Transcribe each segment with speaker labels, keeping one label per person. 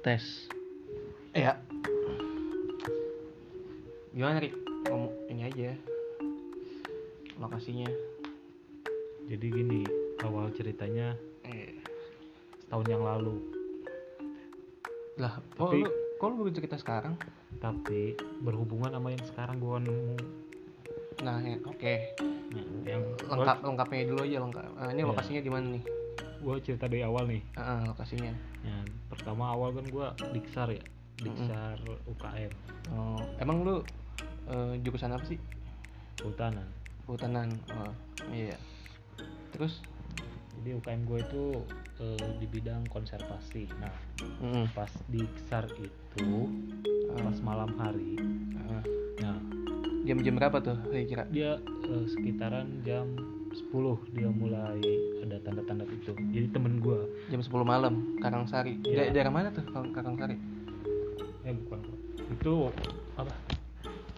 Speaker 1: tes
Speaker 2: Iya.
Speaker 1: gimana Rik ngomong ini aja lokasinya
Speaker 3: Jadi gini, awal ceritanya
Speaker 1: eh.
Speaker 3: setahun yang lalu,
Speaker 1: lah kok
Speaker 3: Tapi-
Speaker 1: lu kok lu baru cerita sekarang
Speaker 3: tapi berhubungan sama yang sekarang gua nemu.
Speaker 1: nah ya, oke
Speaker 3: Nah, yang
Speaker 1: lengkap lengkapnya dulu aja lengkap Eh, ini
Speaker 3: Iya.
Speaker 1: lokasinya di mana nih
Speaker 3: Gua, gua cerita dari awal nih.
Speaker 1: Eh, eh, lokasinya
Speaker 3: Yang pertama awal kan gua diksar ya, diksar UKM
Speaker 1: Oh, emang lu eh, jurusan apa sih
Speaker 3: kehutanan.
Speaker 1: kehutanan oh, iya terus
Speaker 3: Jadi UKM gue itu eh, di bidang konservasi. Nah,
Speaker 1: Mm-mm.
Speaker 3: pas diksar itu
Speaker 1: Eh,
Speaker 3: pas malam hari,
Speaker 1: eh,
Speaker 3: nah
Speaker 1: jam-jam berapa tuh kira-kira
Speaker 3: dia eh, sekitaran jam 10 dia mulai ada tanda-tanda itu. Jadi temen gua
Speaker 1: jam 10 malam Karangsari Da-
Speaker 3: Iya.
Speaker 1: daerah mana tuh Karang- Karangsari
Speaker 3: eh bukan itu apa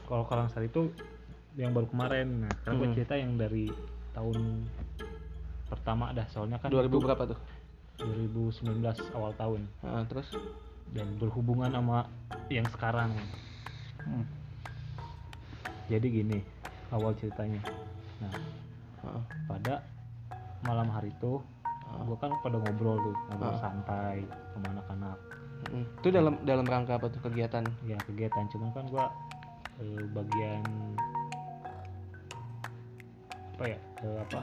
Speaker 3: kalau Karangsari itu yang baru kemarin nah karena gua
Speaker 1: Hmm.
Speaker 3: cerita yang dari tahun pertama dah soalnya kan
Speaker 1: 2000
Speaker 3: itu
Speaker 1: berapa tuh
Speaker 3: 2019 awal tahun
Speaker 1: Eh, terus
Speaker 3: dan berhubungan sama yang sekarang
Speaker 1: Hmm.
Speaker 3: jadi gini awal ceritanya nah
Speaker 1: Heeh.
Speaker 3: pada malam hari itu
Speaker 1: Heeh.
Speaker 3: gua kan pada ngobrol tuh ngobrol
Speaker 1: Ah.
Speaker 3: santai sama anak-anak
Speaker 1: Mm. Itu dalam dalam rangka apa tuh kegiatan?
Speaker 3: ya kegiatan cuman kan gua eh, bagian apa ya eh, apa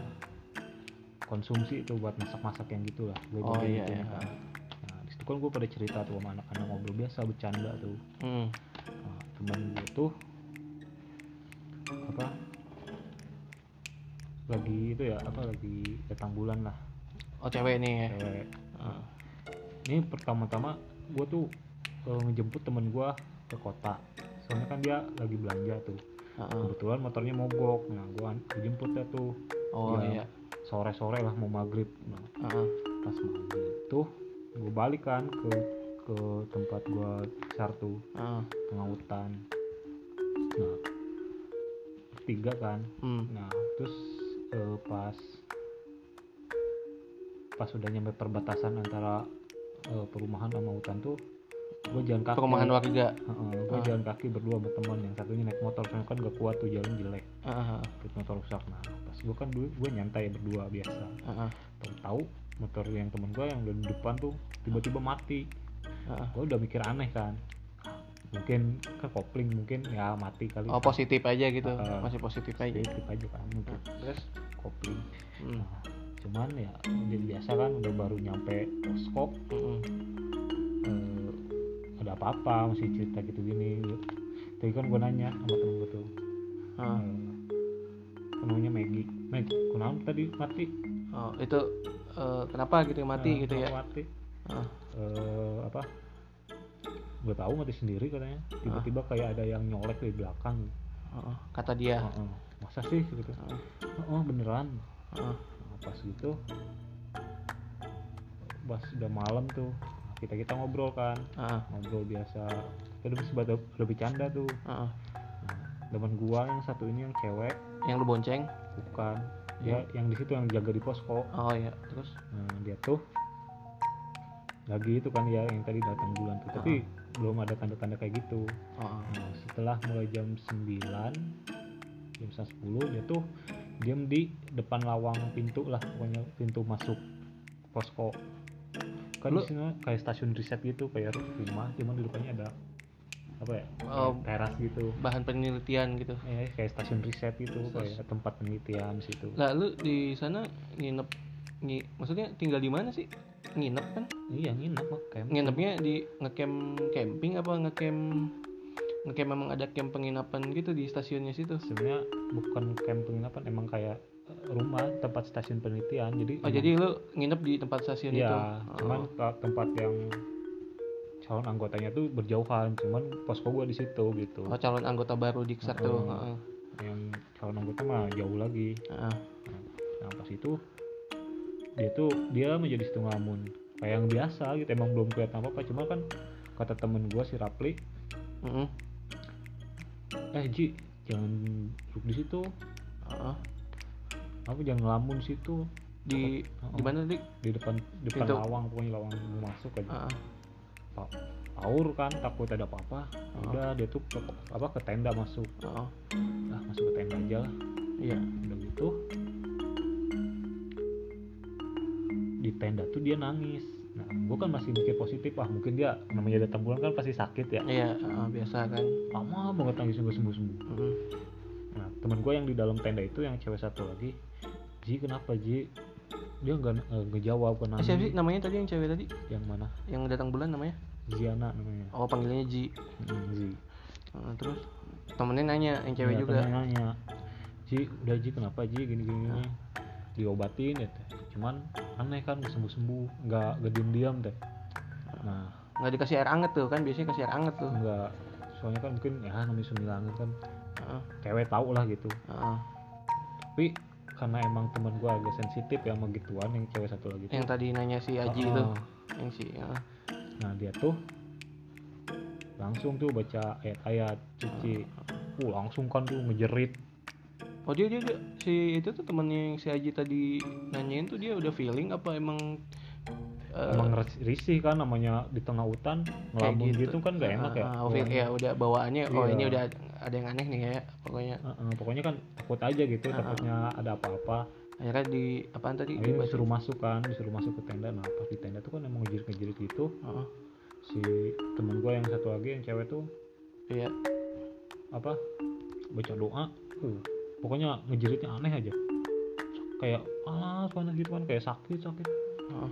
Speaker 3: konsumsi itu buat masak-masak yang gitu gitulah gue
Speaker 1: Oh, iya, iya.
Speaker 3: nah disitu kan gue pada cerita tuh sama anak-anak ngobrol biasa bercanda tuh
Speaker 1: Mm.
Speaker 3: nah, temen gue tuh apa lagi itu ya apa lagi datang bulan lah
Speaker 1: Oh cewek nih ya.
Speaker 3: cewek
Speaker 1: Ah.
Speaker 3: ini pertama-tama gue tuh eh, ngejemput temen gue ke kota soalnya kan dia lagi belanja tuh
Speaker 1: Heeh.
Speaker 3: kebetulan motornya mogok nah gue dijemput ya tuh
Speaker 1: Oh
Speaker 3: Ya.
Speaker 1: iya.
Speaker 3: sore-sore lah mau maghrib nah
Speaker 1: Heeh.
Speaker 3: pas maghrib tuh gue balik kan ke ke tempat gue besar tuh
Speaker 1: Heeh.
Speaker 3: tengah hutan nah tiga kan
Speaker 1: Hmm.
Speaker 3: nah terus eh, pas pas udah nyampe perbatasan antara eh, perumahan sama hutan tuh gue jalan kaki
Speaker 1: Perumahan warga.
Speaker 3: gue
Speaker 1: Ah.
Speaker 3: jalan kaki berdua sama teman yang satunya naik motor soalnya kan gak kuat tuh jalan jelek
Speaker 1: Heeh.
Speaker 3: terus motor rusak nah pas gue kan dulu gue nyantai berdua biasa
Speaker 1: Heeh.
Speaker 3: tahu-tahu motor yang temen gue yang udah di depan tuh tiba-tiba mati
Speaker 1: Heeh.
Speaker 3: gue udah mikir aneh kan mungkin ke kopling mungkin ya mati kali
Speaker 1: Oh positif aja gitu.
Speaker 3: Heeh.
Speaker 1: Masih positif aja.
Speaker 3: Jadi skip aja kan mungkin
Speaker 1: Terus
Speaker 3: kopling
Speaker 1: Mm.
Speaker 3: Nah, cuman ya udah biasa kan udah baru nyampe posko
Speaker 1: Mm-mm.
Speaker 3: eh, ada apa-apa masih cerita gitu gini tadi kan gue nanya sama temen gue tuh
Speaker 1: Heeh.
Speaker 3: eh, namanya Maggie Meg kenapa tadi mati
Speaker 1: Oh, itu eh, kenapa gitu mati
Speaker 3: Eh,
Speaker 1: gitu ya? Ah.
Speaker 3: kenapa mati
Speaker 1: Heeh.
Speaker 3: Eh, apa gue tahu mati sendiri katanya
Speaker 1: Ah.
Speaker 3: tiba-tiba kayak ada yang nyolek dari belakang
Speaker 1: Heeh. Kata dia.
Speaker 3: Heeh. masa sih gitu
Speaker 1: Heeh. Ah.
Speaker 3: oh beneran
Speaker 1: Heeh.
Speaker 3: Nah, pas gitu pas udah malam tuh kita kita ngobrol kan
Speaker 1: Heeh.
Speaker 3: ngobrol biasa kita udah sempat udah bercanda tuh
Speaker 1: Heeh.
Speaker 3: nah, teman gua yang satu ini yang cewek
Speaker 1: Yang lu bonceng?
Speaker 3: bukan dia yang di situ yang jaga di posko
Speaker 1: Oh iya. Terus
Speaker 3: nah, dia tuh lagi itu kan ya yang tadi datang bulan tuh tapi belum ada tanda-tanda kayak gitu
Speaker 1: Heeh.
Speaker 3: nah, setelah mulai jam 9 jam 10 dia tuh diam di depan lawang pintu lah pokoknya pintu masuk posko kan
Speaker 1: Lu-
Speaker 3: di sini kayak stasiun riset gitu kayak rumah cuman di depannya ada apa ya
Speaker 1: Oh.
Speaker 3: kayak teras gitu
Speaker 1: bahan penelitian gitu.
Speaker 3: ya kayak stasiun riset gitu
Speaker 1: Terus?
Speaker 3: kayak tempat penelitian situ
Speaker 1: Lah lu di sana nginep ngi, maksudnya tinggal di mana sih? Nginep kan?
Speaker 3: iya nginep mah camp
Speaker 1: Nginepnya di ngecamp camping apa ngecamp ngecamp memang ada camp penginapan gitu di stasiunnya situ.
Speaker 3: sebenarnya bukan camp penginapan emang kayak eh, rumah tempat stasiun penelitian jadi
Speaker 1: Oh jadi lu nginep di tempat stasiun
Speaker 3: ya
Speaker 1: itu.
Speaker 3: Iya.
Speaker 1: Oh.
Speaker 3: cuman ke- tempat yang calon anggotanya tuh berjauhan cuman posko gua di situ gitu
Speaker 1: Oh, calon anggota baru di Ksar tuh.
Speaker 3: Mm-mm.
Speaker 1: Heeh.
Speaker 3: yang calon anggota mah jauh lagi
Speaker 1: Heeh.
Speaker 3: nah pas itu dia tuh dia menjadi situ ngamun kayak yang biasa gitu emang belum kelihatan apa apa cuma kan kata temen gua si Rapli
Speaker 1: Mm-mm.
Speaker 3: eh Ji jangan duduk di situ
Speaker 1: Heeh.
Speaker 3: kamu jangan ngelamun situ
Speaker 1: Di
Speaker 3: Heeh.
Speaker 1: di mana tadi?
Speaker 3: di depan depan
Speaker 1: Pintu. Ah.
Speaker 3: lawang pokoknya lawang mau masuk aja
Speaker 1: Heeh.
Speaker 3: pa- Paur kan takut ada
Speaker 1: Ah.
Speaker 3: apa-apa udah dia tuh ke, apa ke tenda masuk
Speaker 1: Oh,
Speaker 3: lah masuk ke tenda aja lah
Speaker 1: iya
Speaker 3: udah gitu di tenda tuh dia nangis nah gue kan masih mikir positif ah mungkin dia namanya datang bulan kan pasti sakit ya
Speaker 1: iya ah, biasa kan
Speaker 3: lama banget nangisnya nggak sembuh sembuh
Speaker 1: Mm.
Speaker 3: nah teman gue yang di dalam tenda itu yang cewek satu lagi Ji kenapa Ji dia nggak eh, nggak jawab kan
Speaker 1: Eh, siapa sih namanya tadi yang cewek tadi
Speaker 3: yang mana
Speaker 1: yang datang bulan namanya
Speaker 3: Ziana namanya
Speaker 1: oh panggilannya Ji
Speaker 3: Mm, Zi
Speaker 1: Ah, terus temennya nanya yang cewek
Speaker 3: Iya,
Speaker 1: juga
Speaker 3: temennya nanya Ji udah Ji kenapa Ji gini gini, gini.
Speaker 1: Hah?
Speaker 3: diobatin ya teh cuman aneh kan nggak sembuh sembuh nggak nggak diem diam teh nah
Speaker 1: nggak dikasih air anget tuh kan biasanya kasih air anget tuh
Speaker 3: nggak soalnya kan mungkin ya namanya semilangan kan
Speaker 1: Heeh,
Speaker 3: cewek tau lah gitu
Speaker 1: heeh.
Speaker 3: tapi karena emang teman gua agak sensitif ya sama gituan yang cewek satu lagi tuh.
Speaker 1: yang tadi nanya si Aji
Speaker 3: Ah,
Speaker 1: itu yang si ah.
Speaker 3: nah dia tuh langsung tuh baca ayat-ayat cuci uh langsung kan tuh ngejerit
Speaker 1: oh dia, dia dia si itu tuh temennya yang si Aji tadi nanyain tuh dia udah feeling apa emang eh,
Speaker 3: emang res- risih kan namanya di tengah hutan ngelamun gitu. kan gak enak ya
Speaker 1: Ah, ah, feeling- ya udah bawaannya oh
Speaker 3: Iya.
Speaker 1: ini udah ada yang aneh nih ya pokoknya
Speaker 3: Heeh, pokoknya kan takut aja
Speaker 1: Ah,
Speaker 3: gitu
Speaker 1: Iya, ah.
Speaker 3: takutnya ada apa-apa
Speaker 1: akhirnya di apaan tadi
Speaker 3: akhirnya
Speaker 1: Dibaca.
Speaker 3: disuruh masuk kan disuruh masuk ke tenda nah pas di tenda tuh kan emang ngejerit-ngejerit gitu
Speaker 1: Heeh,
Speaker 3: si temen gue yang satu lagi yang cewek tuh
Speaker 1: iya
Speaker 3: apa baca doa uh, pokoknya ngejeritnya aneh aja kayak panas panas gitu kan kayak sakit sakit
Speaker 1: Heeh.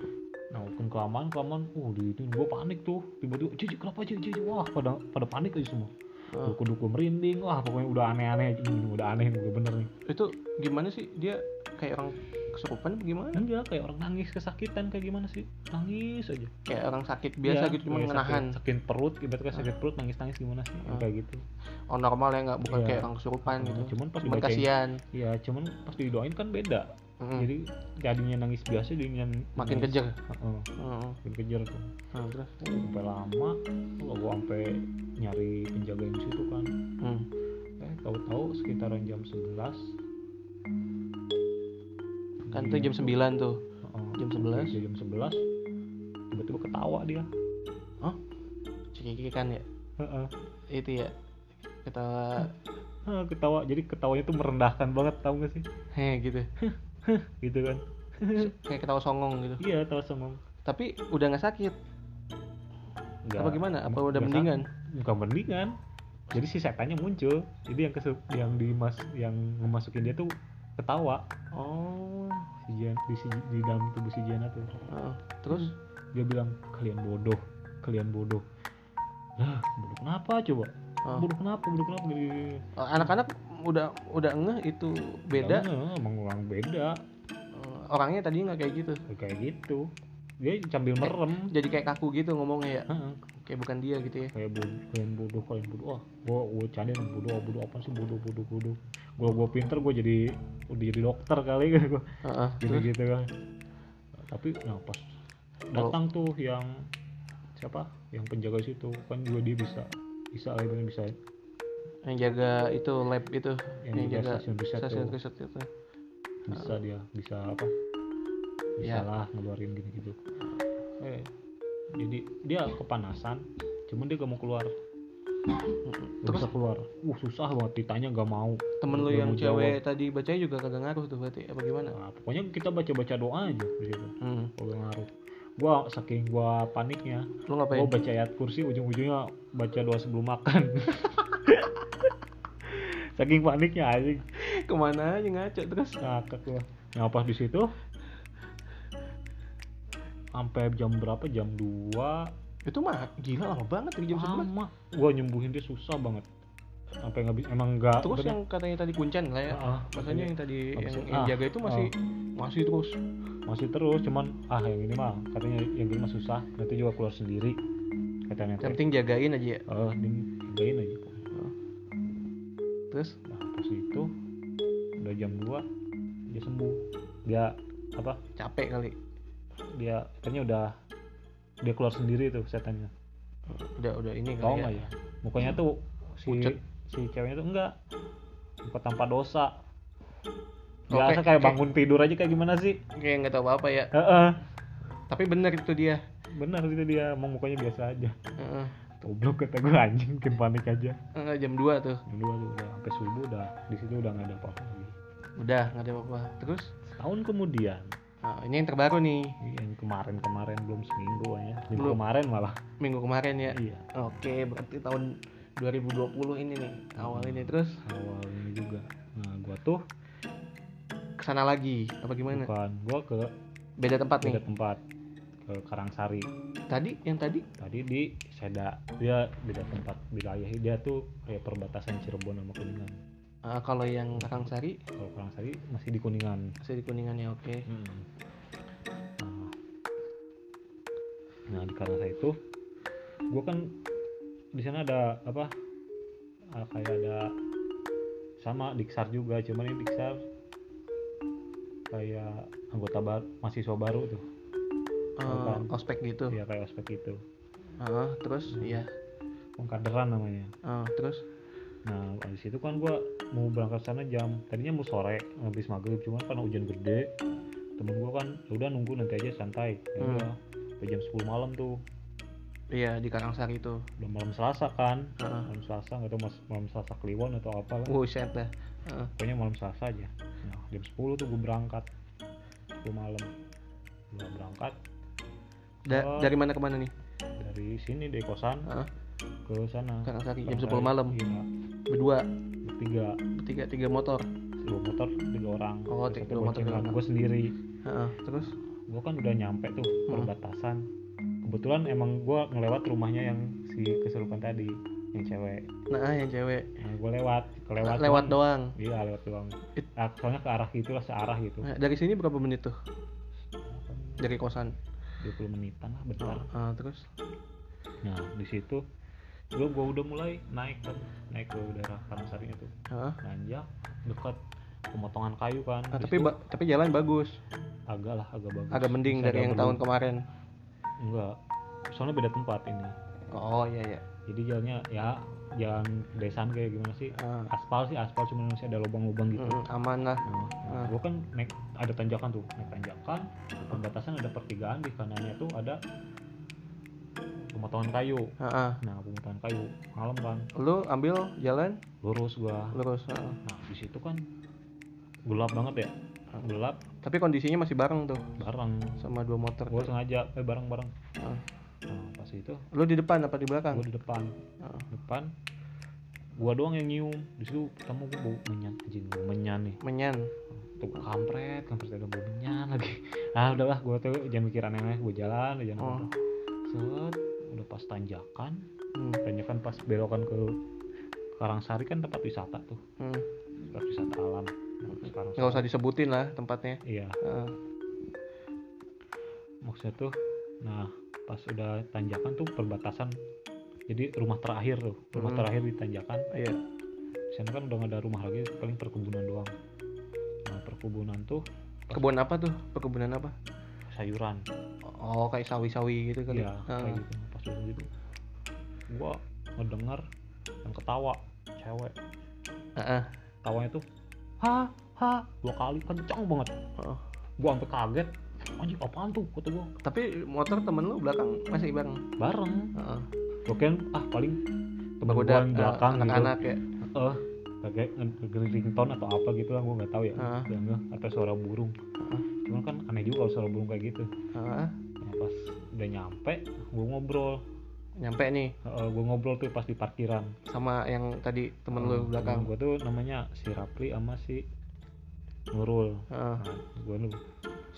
Speaker 3: nah mungkin kelamaan kelamaan uh di itu gue panik tuh tiba-tiba cici kenapa cici wah pada pada panik aja semua
Speaker 1: Ah.
Speaker 3: duku duku merinding wah pokoknya udah aneh-aneh aja ini udah aneh nih udah bener nih
Speaker 1: itu gimana sih dia kayak orang kesurupan apa gimana
Speaker 3: enggak kayak orang nangis kesakitan kayak gimana sih nangis aja
Speaker 1: kayak orang sakit biasa
Speaker 3: Iya,
Speaker 1: gitu cuma
Speaker 3: kayak sakit-
Speaker 1: ngenahan
Speaker 3: sakit, perut ibaratnya sakit perut nangis nangis gimana sih
Speaker 1: Ah.
Speaker 3: kayak gitu
Speaker 1: oh normal ya nggak bukan
Speaker 3: Iya.
Speaker 1: kayak orang kesurupan
Speaker 3: Nah,
Speaker 1: gitu
Speaker 3: cuman pas
Speaker 1: cuman
Speaker 3: dibacain-
Speaker 1: kasihan
Speaker 3: Iya, cuman pas didoain kan beda.
Speaker 1: Mm,
Speaker 3: Jadi tadinya nangis biasa jadinya
Speaker 1: makin
Speaker 3: nangis-
Speaker 1: kejar
Speaker 3: Heeh,
Speaker 1: Heeh.
Speaker 3: makin kejar tuh.
Speaker 1: Nah, terus
Speaker 3: Sampai lama, kalau gua sampai nyari penjaga di situ kan.
Speaker 1: Hmm.
Speaker 3: Eh, tahu-tahu sekitaran jam 11
Speaker 1: kan
Speaker 3: di-
Speaker 1: itu jam 9 tuh
Speaker 3: Heeh,
Speaker 1: jam 11.
Speaker 3: di jam 11 tiba-tiba ketawa dia.
Speaker 1: cekiki kan ya
Speaker 3: Heeh.
Speaker 1: itu ya ketawa
Speaker 3: Hah, ketawa. Jadi ketawanya tuh merendahkan banget, tahu gak sih?
Speaker 1: heh gitu
Speaker 3: Gitu kan.
Speaker 1: kayak ketawa songong gitu
Speaker 3: Iya, tawa songong.
Speaker 1: tapi udah nggak sakit
Speaker 3: Nggak-
Speaker 1: apa gimana apa
Speaker 3: nggak
Speaker 1: udah
Speaker 3: sakit.
Speaker 1: mendingan
Speaker 3: bukan mendingan jadi si setannya muncul jadi yang kesu- yang dimas yang memasukin dia tuh ketawa
Speaker 1: oh
Speaker 3: si Jian- di, si- di dalam tubuh si Jiana tuh
Speaker 1: Heeh. terus
Speaker 3: Hmm. dia bilang kalian bodoh kalian bodoh lah bodoh kenapa coba
Speaker 1: Ah.
Speaker 3: bodoh kenapa bodoh kenapa Gini, gini, gini.
Speaker 1: eh, anak-anak udah udah ngeh itu beda
Speaker 3: Dalamnya, "Ah, emang orang beda
Speaker 1: Eh, orangnya tadinya nggak kayak gitu
Speaker 3: kayak gitu dia sambil merem
Speaker 1: jadi kayak kaku gitu ngomongnya ya
Speaker 3: Heeh.
Speaker 1: kayak bukan dia gitu ya
Speaker 3: kayak bodoh kalian bodoh kalian bodoh ah gua gua cari bodoh ah, bodoh apa sih bodoh bodoh bodoh gua gua pinter gua jadi udah jadi dokter kali gua
Speaker 1: Heeh.
Speaker 3: gitu
Speaker 1: terus
Speaker 3: gitu kan tapi nah pas datang tuh yang siapa yang penjaga situ kan juga dia bisa bisa lah ibaratnya bisa
Speaker 1: yang jaga itu lab itu
Speaker 3: yang
Speaker 1: Yang
Speaker 3: juga
Speaker 1: jaga
Speaker 3: stasiun riset
Speaker 1: stasiun
Speaker 3: tuh
Speaker 1: riset gitu. itu
Speaker 3: bisa dia bisa apa bisa
Speaker 1: Ya.
Speaker 3: lah ngeluarin gini gitu eh jadi dia kepanasan cuman dia gak mau keluar gak
Speaker 1: terus
Speaker 3: bisa keluar uh susah banget ditanya gak mau
Speaker 1: temen lu
Speaker 3: nggak
Speaker 1: yang
Speaker 3: mau
Speaker 1: cewek tadi bacanya juga kagak ngaruh tuh berarti apa gimana
Speaker 3: nah, pokoknya kita baca baca doa aja di situ
Speaker 1: hmm.
Speaker 3: kalau ngaruh gua saking gua paniknya
Speaker 1: lu ngapain
Speaker 3: Gua baca ayat kursi ujung-ujungnya baca doa sebelum makan. Saking paniknya anjing.
Speaker 1: kemana aja ngaco terus
Speaker 3: Ngakak gua. Nah, pas di situ sampai jam berapa? Jam 2.
Speaker 1: itu mah gila lama banget dari jam sebelas
Speaker 3: Lama. Gua nyembuhin dia susah banget. Sampai nggak bisa emang enggak
Speaker 1: terus yang katanya tadi kuncen lah ya maksudnya yang tadi
Speaker 3: Ah, iya. Apa
Speaker 1: yang,
Speaker 3: sih?
Speaker 1: yang
Speaker 3: Ah,
Speaker 1: jaga itu masih masih terus
Speaker 3: masih terus cuman ah yang ini mah katanya yang ini mah susah nanti juga keluar sendiri katanya
Speaker 1: yang
Speaker 3: teh
Speaker 1: penting jagain aja ya
Speaker 3: eh ditinggalin aja
Speaker 1: terus
Speaker 3: Nah, pas itu udah jam 2 dia sembuh. Dia apa?
Speaker 1: capek kali
Speaker 3: Dia katanya udah dia keluar sendiri tuh setannya.
Speaker 1: udah udah ini
Speaker 3: Tahu
Speaker 1: kali ya
Speaker 3: nggak ya? Mukanya tuh si
Speaker 1: Pucet.
Speaker 3: si ceweknya tuh enggak muka tanpa dosa.
Speaker 1: Oke,
Speaker 3: Biasa kayak
Speaker 1: oke.
Speaker 3: bangun tidur aja kayak gimana sih?
Speaker 1: kayak nggak tahu apa apa ya
Speaker 3: Heeh.
Speaker 1: tapi bener itu dia
Speaker 3: benar itu dia emang mukanya biasa aja
Speaker 1: Heeh.
Speaker 3: goblok kata gue anjing bikin panik aja
Speaker 1: Eh, jam 2 tuh
Speaker 3: yang dua tuh udah sampai subuh udah di situ udah nggak ada apa-apa lagi
Speaker 1: udah nggak ada apa-apa terus
Speaker 3: tahun kemudian Iya,
Speaker 1: nah, ini yang terbaru nih
Speaker 3: yang kemarin-kemarin belum seminggu ya minggu
Speaker 1: Belum.
Speaker 3: kemarin malah
Speaker 1: minggu kemarin ya
Speaker 3: iya
Speaker 1: oke berarti tahun 2020 ini nih awal ini terus
Speaker 3: awal ini juga nah gua tuh
Speaker 1: kesana lagi apa gimana
Speaker 3: bukan gua ke
Speaker 1: beda tempat
Speaker 3: beda
Speaker 1: nih
Speaker 3: tempat ke Karangsari
Speaker 1: tadi yang tadi
Speaker 3: tadi di Seda dia beda tempat wilayah dia tuh kayak perbatasan Cirebon sama Kuningan
Speaker 1: eh, kalau yang Karangsari
Speaker 3: kalau Karangsari masih di Kuningan Hmm.
Speaker 1: masih di kuningan ya oke
Speaker 3: Nah, nah di Karangsari itu gue kan di sana ada apa? ah, kayak ada sama diksar juga, cuman ini diksar kayak anggota baru, mahasiswa baru tuh,
Speaker 1: Eh, ospek gitu
Speaker 3: ya kayak ospek itu,
Speaker 1: Heeh, terus iya
Speaker 3: pengkaderan namanya.
Speaker 1: Heeh, terus
Speaker 3: Nah, habis itu kan gua mau berangkat sana jam tadinya mau sore habis maghrib cuman karena hujan gede temen gua kan "Ya udah nunggu nanti aja santai ya
Speaker 1: Hmm.
Speaker 3: udah sampai jam 10 malam tuh
Speaker 1: iya di Karangsari itu
Speaker 3: udah malam selasa kan
Speaker 1: Heeh.
Speaker 3: malam selasa nggak tahu mas malam selasa kliwon atau apa lah
Speaker 1: Buset dah. Eh, Heeh.
Speaker 3: pokoknya malam selasa aja nah, jam 10 tuh gue berangkat gue malam gue berangkat
Speaker 1: Da-
Speaker 3: Oh.
Speaker 1: dari mana ke mana nih?
Speaker 3: dari sini dari kosan
Speaker 1: Heeh,
Speaker 3: ke sana
Speaker 1: Karangsari jam
Speaker 3: Sampai-
Speaker 1: 10 malam.
Speaker 3: iya
Speaker 1: Berdua,
Speaker 3: bertiga
Speaker 1: bertiga, tiga motor.
Speaker 3: dua motor tiga orang
Speaker 1: Oh, tiga- dua motor, tiga orang.
Speaker 3: gue sendiri
Speaker 1: Heeh, Eh, terus
Speaker 3: gue kan udah nyampe tuh
Speaker 1: Hmm.
Speaker 3: perbatasan kebetulan emang gue ngelewat rumahnya yang si kesurupan tadi yang cewek
Speaker 1: nah yang cewek
Speaker 3: nah, gue lewat kelewat
Speaker 1: lewat, doang.
Speaker 3: Iya lewat doang.
Speaker 1: It-
Speaker 3: Ah, soalnya ke arah gitulah searah gitu.
Speaker 1: Nah, dari sini berapa menit tuh? Dari kosan.
Speaker 3: 20 menitan lah bentar.
Speaker 1: Heeh, heeh, terus
Speaker 3: Nah di situ gue gua udah mulai naik kan naik ke daerah Karangsari itu
Speaker 1: Heeh.
Speaker 3: nanjak dekat pemotongan kayu kan
Speaker 1: Nah, Ah,
Speaker 3: Di
Speaker 1: tapi
Speaker 3: situ
Speaker 1: ba- tapi jalan bagus,
Speaker 3: agak lah agak bagus
Speaker 1: agak mending
Speaker 3: Masih
Speaker 1: dari
Speaker 3: agak
Speaker 1: yang tahun
Speaker 3: belum-
Speaker 1: kemarin.
Speaker 3: enggak soalnya beda tempat ini
Speaker 1: Oh iya ya.
Speaker 3: jadi jalannya ya jalan desaan kayak gimana sih
Speaker 1: Heeh.
Speaker 3: aspal sih aspal cuma masih ada lubang-lubang gitu
Speaker 1: Ah, Mm, aman lah.
Speaker 3: Nah,
Speaker 1: Ah.
Speaker 3: gue kan naik ada tanjakan tuh, naik tanjakan, di perbatasan ada pertigaan di kanannya tuh ada pemotongan kayu.
Speaker 1: Heeh.
Speaker 3: Nah, pemotongan kayu malam kan,
Speaker 1: Lu ambil jalan
Speaker 3: lurus gua.
Speaker 1: lurus. Ah. heeh.
Speaker 3: Nah, di situ kan gelap banget ya, gelap
Speaker 1: Tapi kondisinya masih bareng tuh
Speaker 3: bareng.
Speaker 1: sama dua motor.
Speaker 3: Gue sengaja eh bareng-bareng.
Speaker 1: Heeh.
Speaker 3: Nah, pas itu
Speaker 1: Lu di depan apa di belakang? Ah,
Speaker 3: gue di depan,
Speaker 1: Heeh.
Speaker 3: depan gua doang yang nyium di situ ketemu gue bau menyan anjing bau menyan nih
Speaker 1: Menyan.
Speaker 3: tuh kampret kampret ada bau menyan lagi ah udahlah gue tuh jangan mikiran yang aneh gue jalan aja
Speaker 1: Oh.
Speaker 3: set udah pas tanjakan
Speaker 1: Hmm.
Speaker 3: tanjakan pas belokan ke Karangsari kan tempat wisata tuh
Speaker 1: Hmm.
Speaker 3: tempat wisata alam Nah, terus
Speaker 1: nggak
Speaker 3: Karangsari-
Speaker 1: usah disebutin lah tempatnya Ah,
Speaker 3: iya
Speaker 1: Heeh.
Speaker 3: maksudnya tuh nah pas udah tanjakan tuh perbatasan jadi rumah terakhir tuh rumah
Speaker 1: Hmm.
Speaker 3: terakhir di tanjakan
Speaker 1: iya
Speaker 3: di sana kan udah gak ada rumah lagi paling perkebunan doang nah perkebunan tuh
Speaker 1: kebun apa tuh perkebunan apa
Speaker 3: sayuran
Speaker 1: oh kayak sawi-sawi gitu kali
Speaker 3: Iya,
Speaker 1: Heeh.
Speaker 3: kayak gitu pas udah gitu gua ngedengar yang ketawa cewek
Speaker 1: Heeh.
Speaker 3: tawanya tuh ha ha dua kali kencang banget
Speaker 1: Oh.
Speaker 3: gua sampai kaget anjing apaan tuh kata gua
Speaker 1: tapi motor temen lu belakang masih bareng
Speaker 3: bareng
Speaker 1: Heeh.
Speaker 3: gua kirain ah paling temen gua
Speaker 1: Goda, eh,
Speaker 3: yang belakang
Speaker 1: anak-anak ya
Speaker 3: gitu eh kayak geriling tone atau apa gitu lah gua nggak tahu ya
Speaker 1: Ah.
Speaker 3: Dan gua- atau suara burung
Speaker 1: Ah.
Speaker 3: cuman kan aneh juga kalau suara burung kayak gitu
Speaker 1: Heeh.
Speaker 3: nah, pas udah nyampe gua ngobrol
Speaker 1: nyampe nih
Speaker 3: Eh, gua ngobrol tuh pas di parkiran
Speaker 1: sama yang tadi temen lu
Speaker 3: Hmm,
Speaker 1: belakang
Speaker 3: temen gua tuh namanya si Rapli sama si Nurul
Speaker 1: Heeh.
Speaker 3: nah, gua lu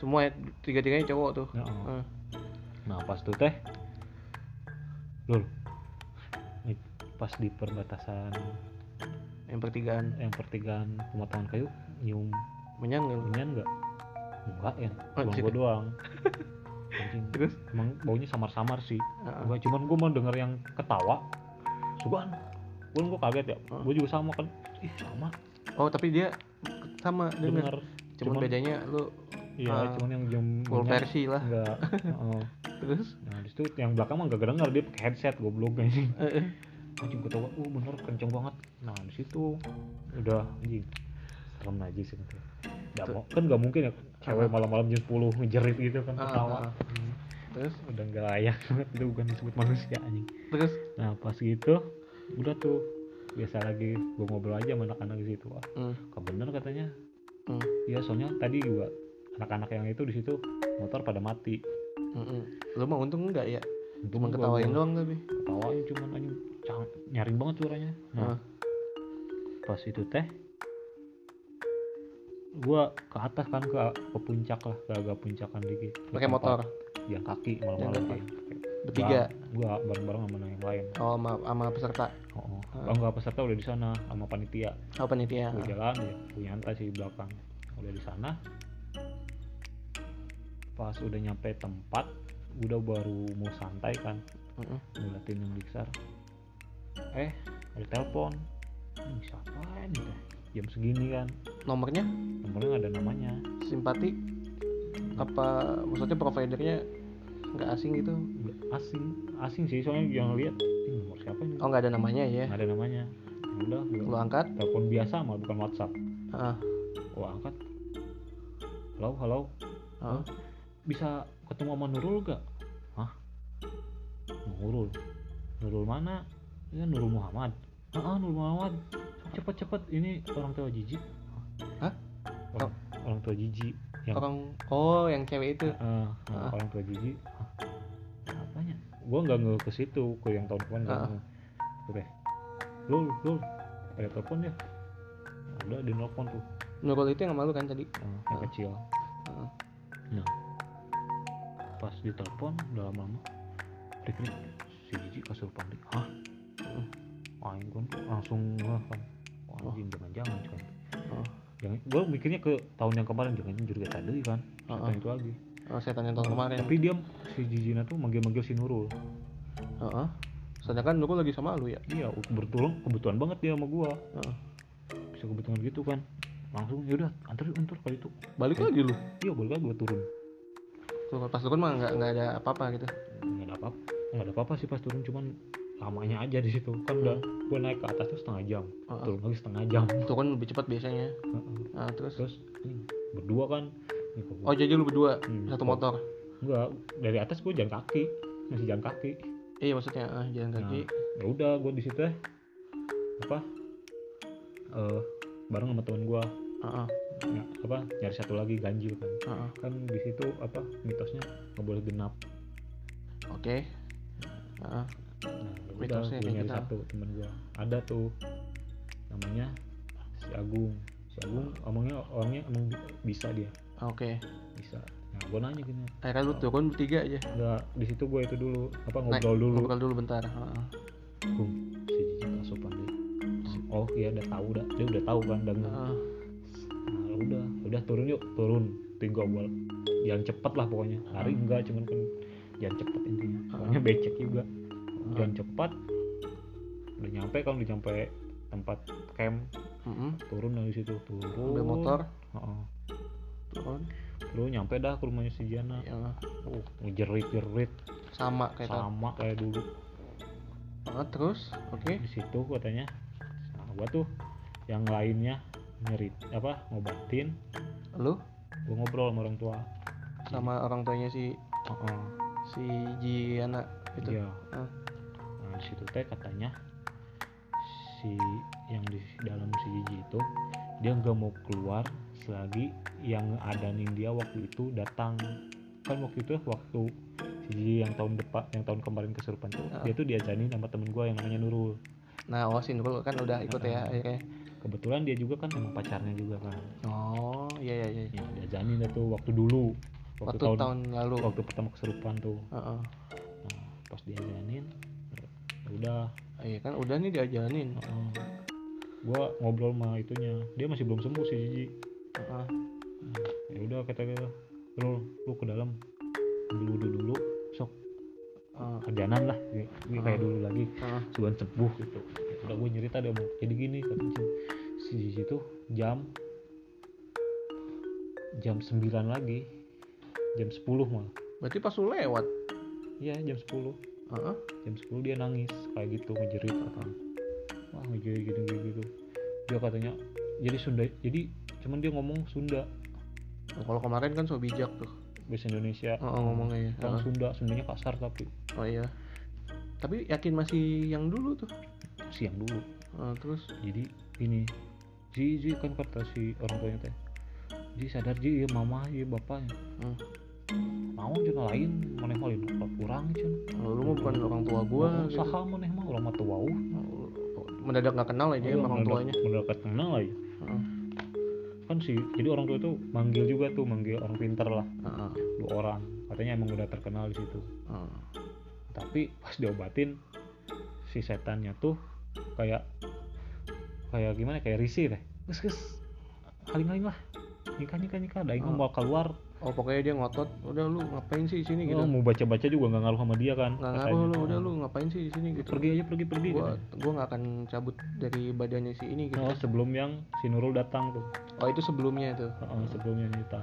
Speaker 1: semua ya, tiga-tiganya cowok tuh
Speaker 3: nah, oh.
Speaker 1: Heeh.
Speaker 3: nah pas tuh teh Lul eh, pas di perbatasan
Speaker 1: yang pertigaan
Speaker 3: yang pertigaan pemotongan kayu nyium
Speaker 1: menyan nggak lu?
Speaker 3: bunyian nggak enggak ya
Speaker 1: Oh,
Speaker 3: Cuman
Speaker 1: gitu.
Speaker 3: gua doang Anjing.
Speaker 1: terus Ah.
Speaker 3: emang baunya samar-samar sih
Speaker 1: Heeh.
Speaker 3: gua cuman gua mau denger yang ketawa Suban pun gua kaget ya
Speaker 1: Ah.
Speaker 3: gua juga sama kan ih sama
Speaker 1: oh tapi dia sama denger
Speaker 3: denger
Speaker 1: cuman
Speaker 3: Cuman-
Speaker 1: bedanya lu
Speaker 3: iya
Speaker 1: Ah.
Speaker 3: cuman yang jam
Speaker 1: full
Speaker 3: bunyian
Speaker 1: versi lah
Speaker 3: enggak Heeh.
Speaker 1: terus
Speaker 3: nah habis itu yang belakang mah gak kedenger dia pakai headset goblok anjing
Speaker 1: Heeh.
Speaker 3: anjing gue tahu oh bener kenceng banget nah di situ udah anjing serem najis gitu Gak
Speaker 1: Tuh.
Speaker 3: mau, kan gak mungkin ya cewek
Speaker 1: Ah.
Speaker 3: malam-malam jam 10 ngejerit gitu kan
Speaker 1: Ah,
Speaker 3: ketawa
Speaker 1: ah,
Speaker 3: Hmm.
Speaker 1: terus
Speaker 3: udah nggak layak banget itu bukan disebut manusia anjing
Speaker 1: terus
Speaker 3: nah pas gitu udah tuh biasa lagi gue ngobrol aja sama anak-anak di situ wah
Speaker 1: hmm,
Speaker 3: kok bener katanya
Speaker 1: hmm,
Speaker 3: iya soalnya tadi juga anak-anak yang itu di situ motor pada mati
Speaker 1: hmm, hmm. lu mau untung enggak ya cuma
Speaker 3: Untung gua-
Speaker 1: ketawain
Speaker 3: gua-
Speaker 1: doang tapi
Speaker 3: ketawain Iya, cuman anjing cang- nyaring banget suaranya nah
Speaker 1: Heeh.
Speaker 3: pas itu teh gua ke atas kan ke, ke puncak lah ke agak puncakan dikit Ke
Speaker 1: pakai
Speaker 3: tempat
Speaker 1: motor
Speaker 3: yang kaki
Speaker 1: Yang
Speaker 3: malam-malam
Speaker 1: kaki.
Speaker 3: kan
Speaker 1: bertiga
Speaker 3: gua bareng-bareng sama yang lain
Speaker 1: oh sama, sama peserta
Speaker 3: oh, oh.
Speaker 1: Ah.
Speaker 3: Bang, nggak peserta udah di sana sama panitia
Speaker 1: oh panitia
Speaker 3: gue jalan ya gue nyantai sih di belakang udah di sana pas udah nyampe tempat udah baru mau santai kan
Speaker 1: Mm-mm.
Speaker 3: ngeliatin yang diksar eh ada telepon hmm, siapa ini teh jam segini kan
Speaker 1: nomornya
Speaker 3: nomornya nggak ada namanya
Speaker 1: simpati apa maksudnya providernya nggak asing gitu
Speaker 3: Nggak- asing asing sih soalnya yang lihat "Ih, nomor siapa ini
Speaker 1: oh nggak ada namanya ya
Speaker 3: nggak ada namanya Ya udah gua
Speaker 1: lu angkat
Speaker 3: telepon biasa mah bukan WhatsApp
Speaker 1: ah
Speaker 3: gua angkat halo halo
Speaker 1: ah,
Speaker 3: bisa ketemu sama Nurul gak? Hah? Nurul? Nurul mana? Ya Nurul Muhammad. Ah, ah, Nurul Muhammad. Cepet cepet ini orang tua Jiji.
Speaker 1: Hah?
Speaker 3: Orang, orang tua Jiji. Yang,
Speaker 1: orang oh yang cewek itu
Speaker 3: Ah, ah,
Speaker 1: Ah.
Speaker 3: orang tua Jiji. Ah, apanya? Gua nggak nge ke situ ke yang tahun kemarin.
Speaker 1: Ah.
Speaker 3: Uh. Udah. Lul, lul. Ada telepon ya? Udah di nelpon tuh.
Speaker 1: Nurul itu yang sama lu kan tadi
Speaker 3: Ah, yang
Speaker 1: Ah.
Speaker 3: kecil.
Speaker 1: Ah.
Speaker 3: Nah, pas ditelepon udah lama-lama, Rik Rik, si Jiji kesurupan Rik. Hah?
Speaker 1: Hmm.
Speaker 3: Aing kan langsung ngeh kan. Wah,
Speaker 1: Oh.
Speaker 3: anjing jangan-jangan kan.
Speaker 1: Oh.
Speaker 3: Jangan, gue mikirnya ke tahun yang kemarin jangan juga tadi kan.
Speaker 1: Ah,
Speaker 3: Setan
Speaker 1: ah.
Speaker 3: itu lagi.
Speaker 1: oh, setan yang tahun kemarin
Speaker 3: Tapi dia si Jijina tuh manggil-manggil si Nurul.
Speaker 1: Heeh. Ah, Sedangkan Nurul lagi sama lu ya. Ah.
Speaker 3: Iya, bertolong kebetulan banget dia sama gua.
Speaker 1: Heeh.
Speaker 3: Bisa kebetulan gitu kan. Langsung yaudah antar antar kali itu.
Speaker 1: Balik lagi lu.
Speaker 3: Iya, boleh gua turun.
Speaker 1: Tuh, pas turun mah nggak nggak ada apa-apa gitu.
Speaker 3: nggak ada apa nggak ada apa-apa sih pas turun cuman lamanya aja di situ kan udah gue naik ke atas tuh setengah jam
Speaker 1: Heeh.
Speaker 3: turun lagi setengah jam
Speaker 1: Turun Ah, lebih cepat biasanya.
Speaker 3: Heeh.
Speaker 1: Nah, terus
Speaker 3: terus ini berdua kan Ini kok
Speaker 1: Oh
Speaker 3: gua-
Speaker 1: jadi lu berdua
Speaker 3: Hmm.
Speaker 1: satu motor.
Speaker 3: nggak dari atas gue jalan kaki masih jalan kaki
Speaker 1: Iya maksudnya ah, jalan kaki.
Speaker 3: ya udah gue di situ apa eh bareng sama teman gue
Speaker 1: Heeh.
Speaker 3: apa nyari satu lagi ganjil kan
Speaker 1: Heeh.
Speaker 3: kan di situ apa mitosnya nggak boleh genap
Speaker 1: Oke. Ah, Heeh.
Speaker 3: Nah, ya udah
Speaker 1: Mitosnya kayak
Speaker 3: gue
Speaker 1: gitu.
Speaker 3: nyari
Speaker 1: kita.
Speaker 3: satu temen gue ada tuh namanya si Agung si Agung omongnya orangnya emang bi- bisa dia
Speaker 1: Oke.
Speaker 3: bisa nah gue nanya gini
Speaker 1: Akhirnya lu turun bertiga aja.
Speaker 3: nggak di situ gue itu dulu apa
Speaker 1: Naik,
Speaker 3: ngobrol dulu
Speaker 1: Ngobrol dulu bentar. Heeh.
Speaker 3: Agung si Cici tak sopan deh oh iya udah tahu dah dia udah tahu kan dan
Speaker 1: Heeh.
Speaker 3: nah, udah udah turun yuk turun tinggal gue jalan cepet lah pokoknya lari enggak cuman kan jalan cepet intinya soalnya becek juga jalan cepat udah nyampe kan udah nyampe tempat camp
Speaker 1: Mm-mm.
Speaker 3: turun dari situ turun
Speaker 1: Ambil motor
Speaker 3: Heeh.
Speaker 1: turun.
Speaker 3: turun nyampe dah ke rumahnya si Jana
Speaker 1: Ya,
Speaker 3: uh ngejerit jerit
Speaker 1: sama kayak tadi.
Speaker 3: sama kayak dulu
Speaker 1: Heeh, terus oke.
Speaker 3: di situ katanya nah gua tuh yang lainnya nyerit apa ngobatin
Speaker 1: Lu
Speaker 3: gua ngobrol sama orang tua
Speaker 1: sama orang tuanya si
Speaker 3: Heeh,
Speaker 1: si Jiana itu.
Speaker 3: iya
Speaker 1: Ah.
Speaker 3: nah di situ teh katanya si yang di dalam si Gigi itu dia nggak mau keluar selagi yang ngadain dia waktu itu datang kan waktu itu waktu si Gigi yang tahun depan yang tahun kemarin kesurupan tuh
Speaker 1: Ah.
Speaker 3: dia tuh diajarin sama temen gue yang namanya Nurul
Speaker 1: Nah, oh si Nurul kan udah ikut ya
Speaker 3: Heeh.
Speaker 1: akhirnya.
Speaker 3: kebetulan dia juga kan emang pacarnya juga kan
Speaker 1: Oh, iya iya iya.
Speaker 3: ya diajarin dah tuh waktu dulu waktu,
Speaker 1: Waktu, tahun, lalu.
Speaker 3: waktu pertama kesurupan tuh
Speaker 1: Heeh.
Speaker 3: nah, pas diajarin ya udah
Speaker 1: Iya kan udah nih diajanin.
Speaker 3: Heeh. gua ngobrol sama itunya dia masih belum sembuh sih Jiji
Speaker 1: Heeh.
Speaker 3: ya udah kata dia lu lu ke dalam ambil wudhu dulu sok
Speaker 1: Heeh.
Speaker 3: kerjaanan lah Gue- gue kayak
Speaker 1: Ah.
Speaker 3: dulu lagi
Speaker 1: Heeh.
Speaker 3: cuman sembuh gitu Ya udah gue nyerita dia mau jadi gini katanya si- si Jiji tuh jam jam 9 lagi jam 10 malah
Speaker 1: Berarti pas lu lewat.
Speaker 3: iya jam 10
Speaker 1: Heeh.
Speaker 3: jam 10 dia nangis kayak gitu ngejerit katanya wah ngejerit gitu gitu gitu dia katanya jadi Sunda jadi cuman dia ngomong Sunda
Speaker 1: Nah, Kalau kemarin kan so bijak tuh.
Speaker 3: bahasa Indonesia
Speaker 1: Oh, oh, ngomongnya ya. Oh,
Speaker 3: orang Sunda sebenarnya kasar tapi
Speaker 1: oh iya. Tapi yakin masih yang dulu tuh.
Speaker 3: siang dulu
Speaker 1: Oh, terus
Speaker 3: jadi ini Ji Ji kan kata si orang tuanya teh Ji sadar Ji ya mama ya bapaknya
Speaker 1: Hmm.
Speaker 3: mau juga lain mana yang lain apa kurang cuman
Speaker 1: oh, lu mah bukan orang tua gua gitu.
Speaker 3: usaha mana emang orang mah tua uh.
Speaker 1: Oh, Mendadak nggak kenal ya dia
Speaker 3: Iya,
Speaker 1: sama orang
Speaker 3: mendadak- Hmm.
Speaker 1: tuanya.
Speaker 3: mendadak kenal aja
Speaker 1: Heeh.
Speaker 3: iya. kan sih jadi orang tua itu manggil juga tuh manggil orang pinter lah
Speaker 1: Heeh.
Speaker 3: dua orang katanya emang udah terkenal di situ
Speaker 1: Heeh.
Speaker 3: tapi pas diobatin si setannya tuh kayak kayak gimana ya, kayak risih deh kes kes haling haling lah nikah nikah nikah ada yang
Speaker 1: Oh.
Speaker 3: mau keluar
Speaker 1: Oh pokoknya dia ngotot, udah lu ngapain sih di sini gitu.
Speaker 3: oh, mau baca baca juga nggak ngaruh sama dia kan
Speaker 1: Nggak
Speaker 3: katanya.
Speaker 1: ngaruh lu, udah lu ngapain sih di sini gitu.
Speaker 3: pergi aja pergi pergi
Speaker 1: Gua
Speaker 3: katanya.
Speaker 1: gua nggak akan cabut dari badannya si ini gitu.
Speaker 3: Oh, sebelum yang si Nurul datang tuh
Speaker 1: Oh itu sebelumnya itu.
Speaker 3: Oh, sebelum yang kita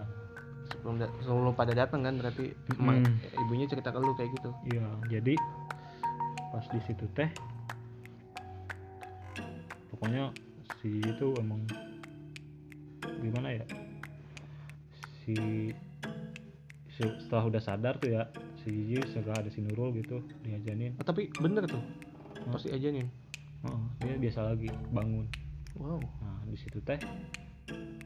Speaker 1: Sebelum da- sebelum pada datang kan berarti
Speaker 3: Mm-mm.
Speaker 1: emak- ibunya cerita ke lu kayak gitu.
Speaker 3: Iya, jadi pas di situ teh pokoknya si itu emang gimana ya? Si, se- setelah udah sadar tuh ya si Gigi segala ada si Nurul gitu diajanin
Speaker 1: Oh, tapi bener tuh.
Speaker 3: Hmm.
Speaker 1: Pasti aja nih.
Speaker 3: Heeh, dia biasa lagi bangun
Speaker 1: Wow,
Speaker 3: nah di situ teh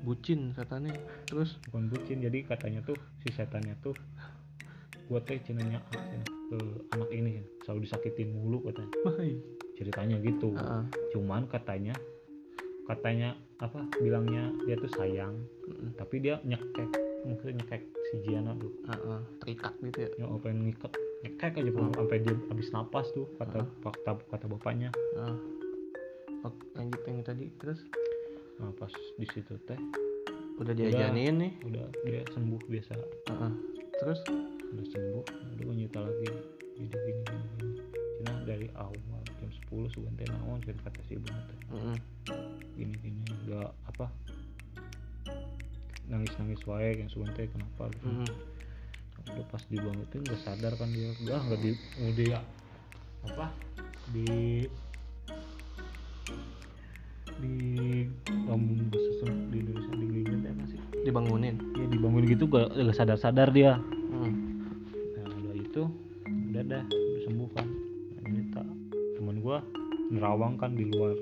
Speaker 1: bucin katanya. Terus
Speaker 3: bukan bucin jadi katanya tuh si setannya tuh gua teh cinanya ah, Cina, ke anak ini Cina. selalu disakitin mulu katanya ceritanya gitu
Speaker 1: Heeh.
Speaker 3: cuman katanya katanya apa bilangnya dia tuh sayang
Speaker 1: Mm-mm.
Speaker 3: tapi dia nyekek mungkin nyekek si Giana tuh
Speaker 1: Heeh. terikat gitu ya.
Speaker 3: yang pengen ngikat nyekek aja pokoknya, sampai dia habis napas tuh kata kata kata bapaknya
Speaker 1: Heeh. Ah. Oh, lanjut yang tadi terus
Speaker 3: nah pas di situ teh
Speaker 1: udah diajanin nih.
Speaker 3: udah dia sembuh biasa
Speaker 1: Heeh. Terus
Speaker 3: udah sembuh udah nyita lagi jadi gini gini gini Cina dari awal jam 10 sugan teh naon Cina kata si ibu teh
Speaker 1: heeh.
Speaker 3: gini gini udah apa nangis nangis wae yang sugan teh kenapa gitu.
Speaker 1: Heeh.
Speaker 3: udah pas dibangetin udah sadar kan dia udah nggak di mau di Iya. apa di di bangun sesuatu di Indonesia di Inggris apa sih
Speaker 1: dibangunin.
Speaker 3: ya dibangun gitu gak, gak sadar sadar dia
Speaker 1: Heeh.
Speaker 3: nah udah itu udah dah udah sembuh kan Nah, cerita temen gua nerawang kan di luar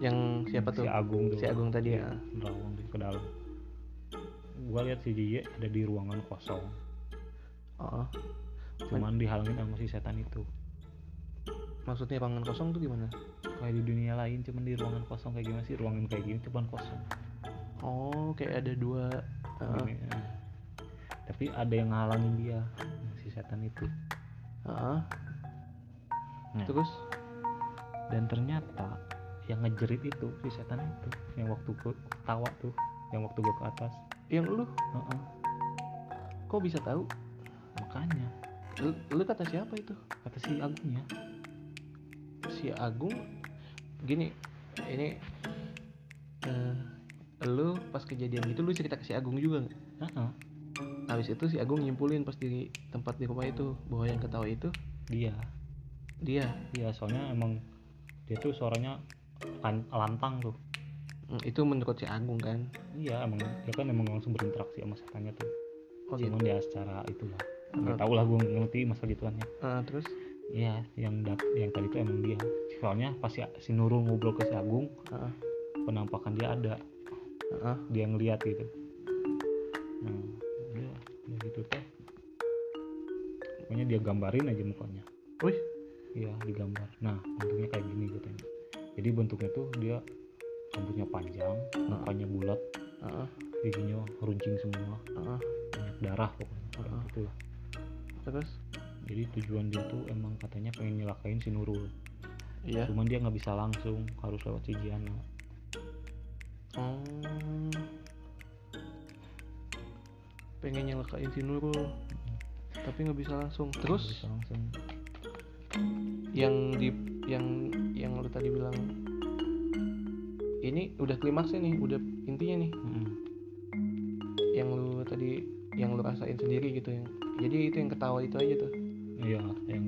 Speaker 1: Yang siapa tuh?
Speaker 3: si Agung tuh Iya,
Speaker 1: Si Agung tadi ya.
Speaker 3: nerawang di ke dalam gua lihat si Jiye ada di ruangan kosong
Speaker 1: Oh,
Speaker 3: cuman dihalangin sama si setan itu
Speaker 1: maksudnya ruangan kosong tuh gimana?
Speaker 3: kayak di dunia lain cuman di ruangan kosong kayak gimana sih ruangan kayak gini cuman kosong
Speaker 1: Oh, kayak ada dua. Heeh.
Speaker 3: Gini, eh. tapi ada yang ngalangin dia si setan itu
Speaker 1: Heeh.
Speaker 3: Nah.
Speaker 1: Terus
Speaker 3: dan ternyata yang ngejerit itu si setan itu yang waktu gue tawa tuh yang waktu gue ke atas
Speaker 1: yang lu
Speaker 3: Heeh,
Speaker 1: kok bisa tahu?
Speaker 3: makanya
Speaker 1: Lu, lu kata siapa itu?
Speaker 3: kata si agungnya
Speaker 1: Si Agung. Gini, ini eh, lu pas kejadian gitu lu cerita ke si Agung juga nggak?
Speaker 3: Heeh,
Speaker 1: Habis itu si Agung nyimpulin pas di tempat di rumah itu bahwa yang ketawa itu
Speaker 3: dia
Speaker 1: dia.
Speaker 3: dia iya, soalnya emang dia tuh suaranya lan- lantang tuh
Speaker 1: Mm, Itu menurut si Agung kan.
Speaker 3: iya emang dia kan emang langsung berinteraksi sama setannya tuh
Speaker 1: Oh gitu.
Speaker 3: cuman dia secara itulah
Speaker 1: Heeh.
Speaker 3: nggak tau lah gue ngerti masalah gituannya
Speaker 1: Heeh, Eh, terus
Speaker 3: Iya, yang dat- yang tadi itu emang dia. Soalnya pas si, si Nurul ngobrol ke si Agung,
Speaker 1: Heeh.
Speaker 3: penampakan dia ada,
Speaker 1: Heeh.
Speaker 3: dia ngeliat gitu. Nah, udah, udah gitu teh. Pokoknya dia gambarin aja mukanya.
Speaker 1: Wih.
Speaker 3: Iya, digambar. Nah, bentuknya kayak gini katanya. Jadi bentuknya tuh dia rambutnya panjang, mukanya bulat,
Speaker 1: Heeh.
Speaker 3: giginya runcing semua,
Speaker 1: Heeh.
Speaker 3: banyak darah pokoknya. Kayak
Speaker 1: Heeh.
Speaker 3: gitu lah.
Speaker 1: Terus
Speaker 3: Jadi tujuan dia tuh emang katanya pengen nyelakain si Nurul.
Speaker 1: iya.
Speaker 3: Cuman dia nggak bisa langsung, harus lewat si Giana.
Speaker 1: Hmm. Pengen nyelakain si Nurul tapi nggak bisa langsung. Terus
Speaker 3: Bisa langsung
Speaker 1: yang di yang yang lu tadi bilang ini udah klimaksnya nih, udah intinya nih
Speaker 3: Mm-mm.
Speaker 1: yang lu tadi yang lu rasain sendiri gitu ya. Jadi itu yang ketawa itu aja tuh.
Speaker 3: iya yang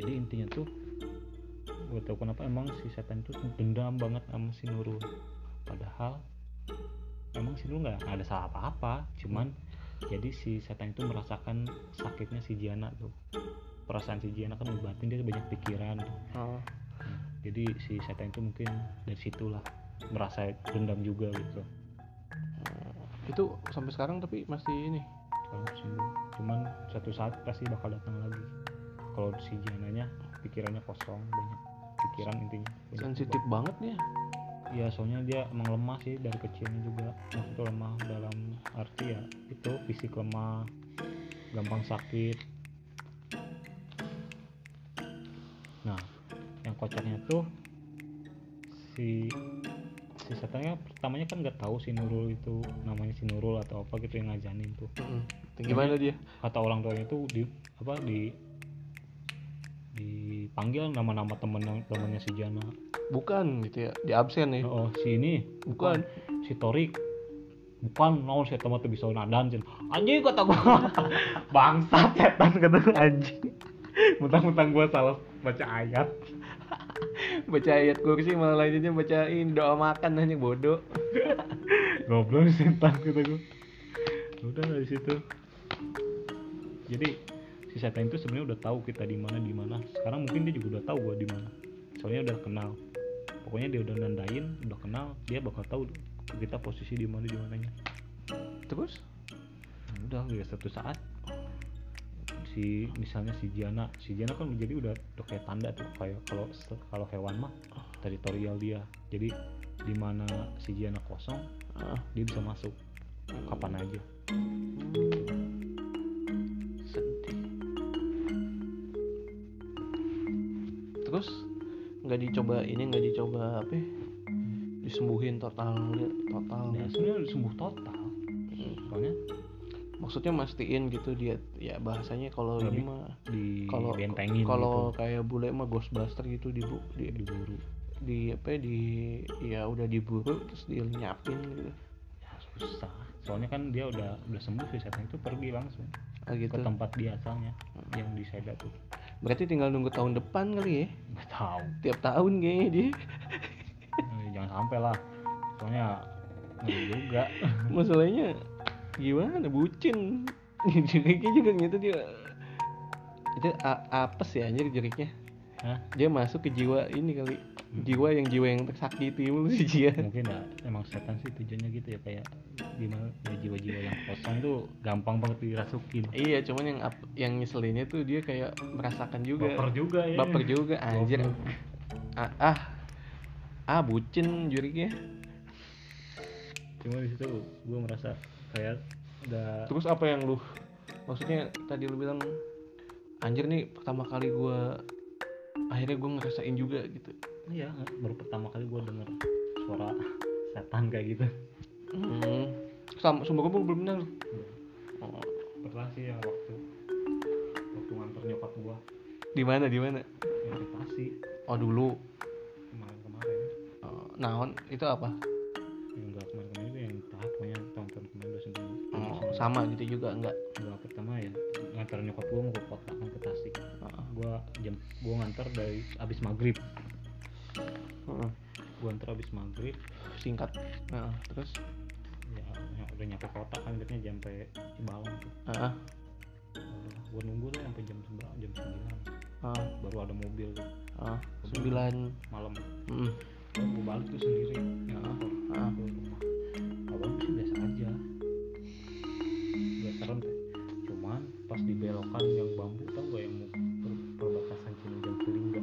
Speaker 3: jadi intinya tuh gue tau kenapa emang si setan itu dendam banget sama si Nurul padahal emang si Nurul nggak nggak ada salah apa-apa cuman jadi si setan itu merasakan sakitnya si Jiana tuh perasaan si Jiana kan batin dia banyak pikiran tuh
Speaker 1: oh
Speaker 3: jadi si setan itu mungkin dari situlah merasa dendam juga gitu
Speaker 1: itu sampai sekarang tapi masih ini
Speaker 3: kalau sembuh cuman suatu saat pasti bakal datang lagi kalau si Jananya pikirannya kosong banyak pikiran intinya banyak
Speaker 1: sensitif banget dia
Speaker 3: beban. ya soalnya dia emang lemah sih dari kecilnya juga maksudnya lemah dalam arti ya itu fisik lemah gampang sakit nah yang kocaknya tuh si si setannya pertamanya kan nggak tahu si Nurul itu namanya si Nurul atau apa gitu yang ngajanin tuh
Speaker 1: Mm-mm. gimana dia
Speaker 3: kata orang tuanya itu di apa di dipanggil nama-nama temen temennya si Jana
Speaker 1: bukan gitu ya dia absen ya
Speaker 3: oh si ini
Speaker 1: bukan
Speaker 3: si Torik bukan no saya teman tuh bisa nadan Jen. anjing kata gua bangsa setan kata gua, anjing mentang-mentang gua salah baca ayat
Speaker 1: baca ayat kursi malah lanjutnya bacain doa makan hanya bodoh
Speaker 3: goblok setan kata gua udah dari situ jadi si setan itu sebenarnya udah tahu kita di mana di mana sekarang mungkin dia juga udah tahu gua di mana soalnya udah kenal pokoknya dia udah nandain udah kenal dia bakal tahu kita posisi di mana di mananya
Speaker 1: terus
Speaker 3: Nah, udah ya satu saat si misalnya si Jana si Jana kan menjadi udah, udah kayak tanda tuh kayak kalau kalau hewan mah teritorial dia jadi di mana si Jana kosong
Speaker 1: Ah.
Speaker 3: dia bisa masuk kapan aja
Speaker 1: sedih terus nggak dicoba ini nggak dicoba apa ya? disembuhin total total
Speaker 3: Nah, sebenarnya udah sembuh total.
Speaker 1: Hmm.
Speaker 3: Soalnya
Speaker 1: maksudnya mastiin gitu dia ya bahasanya kalau ini
Speaker 3: Lebih
Speaker 1: mah
Speaker 3: di gitu.
Speaker 1: kalau
Speaker 3: bentengin
Speaker 1: kalau kayak bule mah ghostbuster gitu di bu di,
Speaker 3: gitu, diburu.
Speaker 1: di apa ya, di ya udah diburu terus dilenyapin gitu
Speaker 3: Ya susah. Soalnya kan dia udah udah sembuh si setan itu pergi langsung
Speaker 1: Ah, gitu Hmm.
Speaker 3: ke tempat biasanya yang di Seda tuh.
Speaker 1: berarti tinggal nunggu tahun depan kali ya
Speaker 3: Gak tahu.
Speaker 1: tiap tahun kayaknya dia
Speaker 3: Eh, Jangan sampai lah. Soalnya ngeri juga.
Speaker 1: masalahnya gimana bucin jeriknya juga gitu dia itu a- apes ya anjir jeriknya
Speaker 3: Hah?
Speaker 1: dia masuk ke jiwa ini kali
Speaker 3: Hmm.
Speaker 1: jiwa yang jiwa yang tersakiti mulu sih dia
Speaker 3: Mungkin ya emang setan sih tujuannya gitu ya kayak gimana ya jiwa-jiwa yang kosong tuh gampang banget dirasukin.
Speaker 1: iya cuman yang ap- yang nyeselinnya tuh dia kayak merasakan juga
Speaker 3: Baper juga ya.
Speaker 1: baper juga anjir
Speaker 3: Goblok.
Speaker 1: ah ah, ah bucin juriknya
Speaker 3: Cuma di situ gue merasa kayak udah
Speaker 1: terus apa yang lu maksudnya tadi lu bilang anjir nih pertama kali gua akhirnya gua ngerasain juga gitu
Speaker 3: Iya, baru pertama kali gue denger suara setan kayak gitu.
Speaker 1: Hmm. Sama sumpah gue belum pernah loh. Oh.
Speaker 3: Pernah sih ya waktu waktu nganter nyokap gue
Speaker 1: Di mana di mana?
Speaker 3: yang di Pasi
Speaker 1: Oh dulu.
Speaker 3: kemarin-kemarin.
Speaker 1: Oh, naon itu apa?
Speaker 3: Ya enggak kemarin-kemarin itu yang tahap pokoknya tahun-tahun kemarin udah sembuh.
Speaker 1: Oh, sama gitu juga enggak.
Speaker 3: Gua pertama ya nganter nyokap gue mau ke kota kan ke Tasik.
Speaker 1: Heeh.
Speaker 3: Gue jam gue nganter dari abis maghrib. Gue nganter abis maghrib
Speaker 1: Hmm. Singkat. Nah, terus
Speaker 3: ya, ya udah nyampe kota kan akhirnya sampai Cibalong tuh.
Speaker 1: heeh.
Speaker 3: Gue nunggu tuh sampai jam sebelas jam sembilan
Speaker 1: Heeh.
Speaker 3: baru ada mobil tuh
Speaker 1: Heeh. Sembilan.
Speaker 3: malam
Speaker 1: Mm.
Speaker 3: gue balik tuh sendiri ya
Speaker 1: Ah,
Speaker 3: kantor
Speaker 1: ah.
Speaker 3: ke rumah awalnya sih biasa aja gak serem teh cuman pas di belokan yang bambu tau gak yang mau per- perbatasan Cina dan Cilingga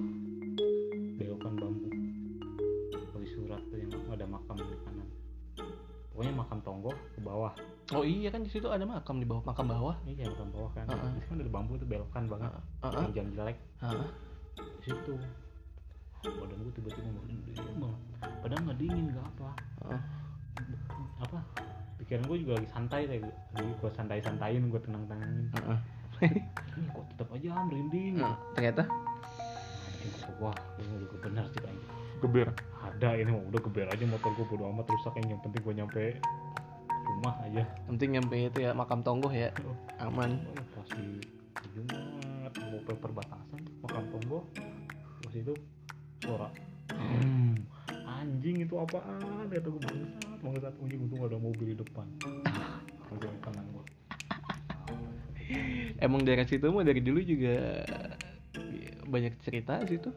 Speaker 3: belokan bambu bagi surat tuh yang ada makam di kanan pokoknya makam tonggo ke bawah
Speaker 1: Oh iya kan di situ ada makam di bawah makam bawah.
Speaker 3: ini yang makam bawah kan
Speaker 1: Ah, ah.
Speaker 3: di kan ada bambu tuh belokan banget
Speaker 1: Heeh.
Speaker 3: yang jalan jelek
Speaker 1: Heeh.
Speaker 3: di situ badan gue tiba-tiba makin dingin banget padahal nggak dingin nggak apa
Speaker 1: Heeh.
Speaker 3: apa pikiran gue juga lagi santai kayak gitu. jadi gue santai santain gue tenang tenangin
Speaker 1: Heeh.
Speaker 3: ini kok tetap aja merinding
Speaker 1: Heeh. Nah, Ternyata
Speaker 3: Anjing, kata gua, ini udah bener sih kayaknya
Speaker 1: geber.
Speaker 3: ada ini mah udah geber aja motor gue bodo amat rusak yang yang penting gue nyampe rumah aja
Speaker 1: Penting nyampe itu ya makam tonggoh ya.
Speaker 3: Oh,
Speaker 1: Aman.
Speaker 3: pas di Jumat mau ke perbatasan makan tonggo pas itu suara "Hmm, anjing itu apaan kata gue bangsat bangsat anjing untung ada mobil di depan langsung tenang gue
Speaker 1: emang dari situ mah dari dulu juga iya, banyak cerita sih tuh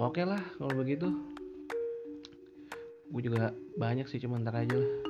Speaker 1: oke lah kalau begitu gue juga banyak sih cuman ntar aja lah